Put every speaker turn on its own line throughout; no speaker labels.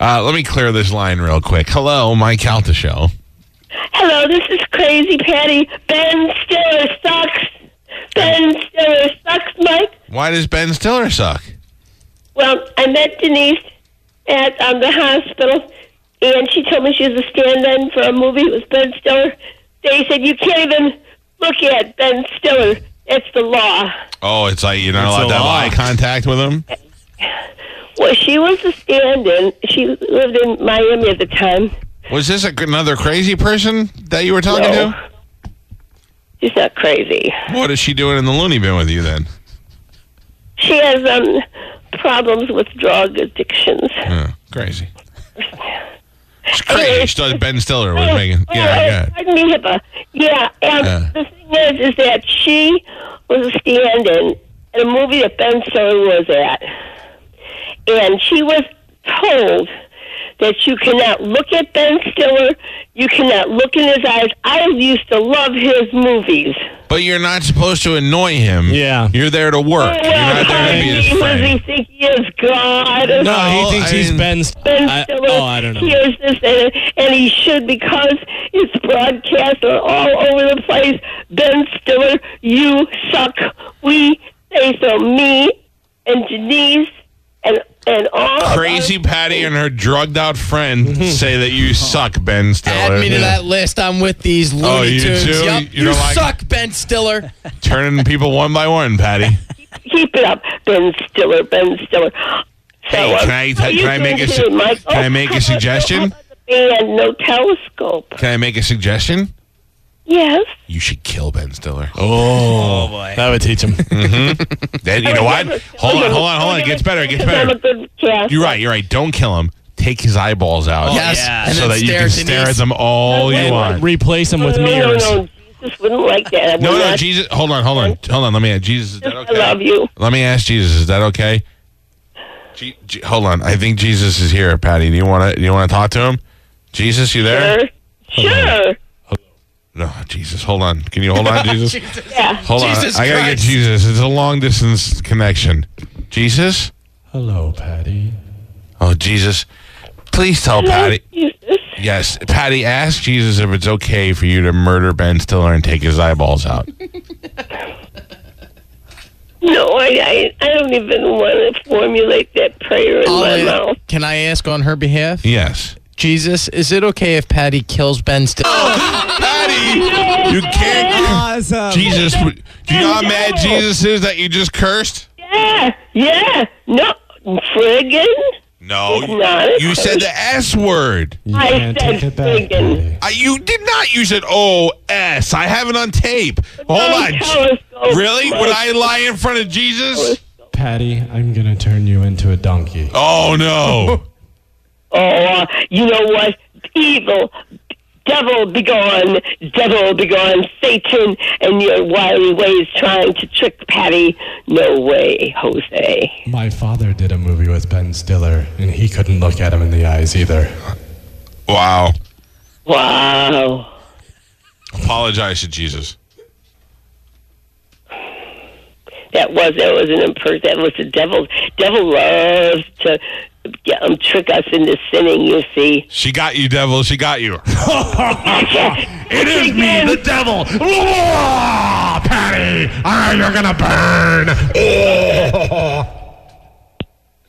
Uh, let me clear this line real quick. Hello, Mike Calta Show.
Hello, this is Crazy Patty. Ben Stiller sucks. Ben Stiller sucks, Mike.
Why does Ben Stiller suck?
Well, I met Denise at um, the hospital, and she told me she was a stand-in for a movie with Ben Stiller. They said you can't even look at Ben Stiller. It's the law.
Oh, it's like you're not allowed
a
to have
lot.
eye contact with him.
Well, she was a stand-in. She lived in Miami at the time.
Was this a, another crazy person that you were talking
No.
to?
She's not crazy.
What is she doing in the loony bin with you then?
She has um, problems with drug addictions.
Huh, crazy. It's crazy. She thought Ben Stiller was making. Yeah, yeah.
Pardon me, HIPAA. Yeah, and
Yeah.
the thing is, is that she was a stand-in in a movie that Ben Stiller was at, and she was told that you cannot look at Ben Stiller, you cannot look in his eyes. I used to love his movies.
But you're not supposed to annoy him.
Yeah.
You're there to work. You're not there to be
Well,
his
does he
friend.
think he is God?
No,
No,
Oh, he thinks
I
he's
mean-
Ben's.
Ben
I-
Stiller
oh, I don't know.
hears this, and, and he should because it's broadcast all over the place. Ben Stiller, you suck. We say so. Me and Denise and and all of us.
Crazy Patty and her drugged out friend say that you suck, Ben Stiller.
Add me to
Oh,
Yeah.
that list. I'm with these Looney
Oh, you
Tunes.
too?
Yup.
You
You,
don't like-
suck, Ben Stiller.
Turning people one by one, Patty.
Keep it up, Ben Stiller. Ben Stiller. So,
Hey,
um,
can I-
how
can
you
I make
doing
a su-
today, Mike?
can I
Oh,
make a
how about-
suggestion?
how about the Band, no telescope.
Can I make a suggestion?
Yes.
You should kill Ben Stiller.
Oh, boy. That would teach him.
Then, you know what? Hold on, hold on, hold on. It gets better. It gets
Because I'm a
better.
good cast.
You're right. You're right. Don't kill him. Take his eyeballs out.
Yes.
yeah.
And
So
then
that you
stare
can
at
stare at
Denise.
them all you want.
Replace him with
no,
mirrors.
No, no, Jesus wouldn't like that. I
No,
would
no,
not.
Jesus. Hold on, hold on, hold on. Let me ask Jesus. Is that
I love
okay?
you.
Let me ask Jesus. Is that okay? G- G- hold on. I think Jesus is here, Patty. Do you want to? Do you want to talk to him? Jesus, you there?
Sure. Sure.
No, Jesus. Hold on. Can you hold on, Jesus?
Yeah.
Hold
Jesus
on. I gotta get
Christ.
Jesus. It's a long distance connection. Jesus.
Hello, Patty.
Oh, Jesus. Please tell Patty.
Jesus.
Yes, Patty, ask Jesus if it's okay for you to murder Ben Stiller and take his eyeballs out.
No, I, I, I don't even want to formulate that prayer in
All
my
in-
mouth.
Can I ask on her behalf?
Yes.
Jesus, is it okay if Patty kills Ben Stiller?
Patty, you can't.
Awesome.
Jesus, do you know how mad Jesus is that you just cursed?
Yeah. Yeah. No. Friggin'.
No, Oh, you said the S word.
You
I
can't
said
take it back,
friggin'.
Patty.
I, you did not. You said O S. I have it on tape. Hold on.
Telescope.
Really? Would I lie in front of Jesus?
Patty, I'm going to turn you into a donkey.
Oh no.
Oh, uh, you know what? Evil. Devil be gone, devil be gone, Satan and your wily ways trying to trick Patty. No way, Jose.
My father did a movie with Ben Stiller, and he couldn't look at him in the eyes either.
Wow.
Wow.
Apologize to Jesus.
That was that was an imper. That was the devil. Devil loves to yeah, um, trick us into sinning. You see,
She got you, devil. She got you. It is
me, the
devil. Oh, Patty, ah, you're gonna burn.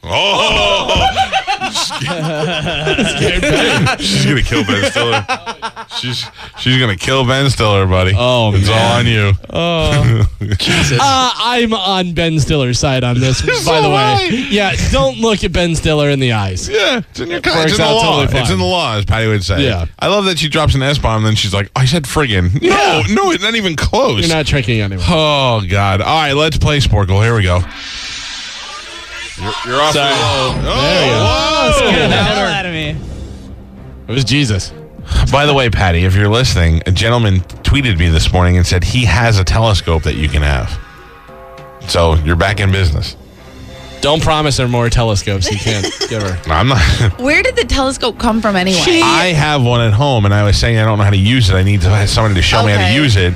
Oh. she's gonna kill Oh. Ben Stiller. She's she's gonna kill Ben Stiller, buddy.
Oh,
it's all on you.
Uh, I'm on Ben Stiller's side on this, by the
am
way.
I.
Yeah, don't look at Ben Stiller in the eyes.
Yeah, it's in your con-
works
it's in the
out
law.
totally fine.
it's in the law, as Patty would say.
Yeah.
I love that she drops an S bomb, then she's like, "I said friggin'." No, no, it's not even close.
You're not tricking anyone.
Oh God! All right, let's play Sporkle. Here we go. You're, you're off.
Sorry.
the- Oh,
There you go.
whoa.
Get the hell out
me.
It was Jesus.
By the way, Patty, if you're listening, a gentleman tweeted me this morning and said he has a telescope that you can have. So you're back in business.
Don't promise her more telescopes. You can't give her.
I'm not.
Where did the telescope come from anyway?
I have one at home, and I was saying I don't know how to use it. I need to have somebody to show me how to
Okay.
use it.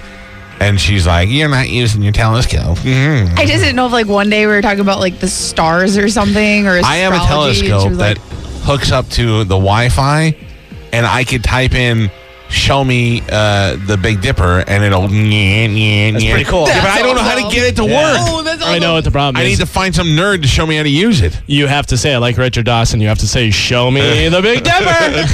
And she's like, "You're not using your telescope."
I just didn't know if like one day we were talking about like the stars or something or
I have a
astrology, and she
telescope
was
that
like,
hooks up to the Wi-Fi, and I could type in "Show me uh, the Big Dipper," and it'll. That's
pretty cool.
Yeah, but I don't know how to
awesome.
get it to work.
Oh, that's
I know what the problem
I
is.
need to find some nerd to show me how to use it.
you have to say, like Richard Dawson, you have to say, show me the Big Dipper.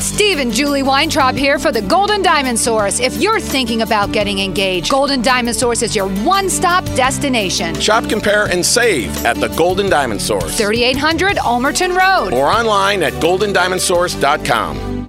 Steve and Julie Weintraub here for the Golden Diamond Source. If you're thinking about getting engaged, Golden Diamond Source is your one stop destination.
Shop, compare, and save at the Golden Diamond Source
3800 Almerton Road.
or online at goldendiamondsource.com.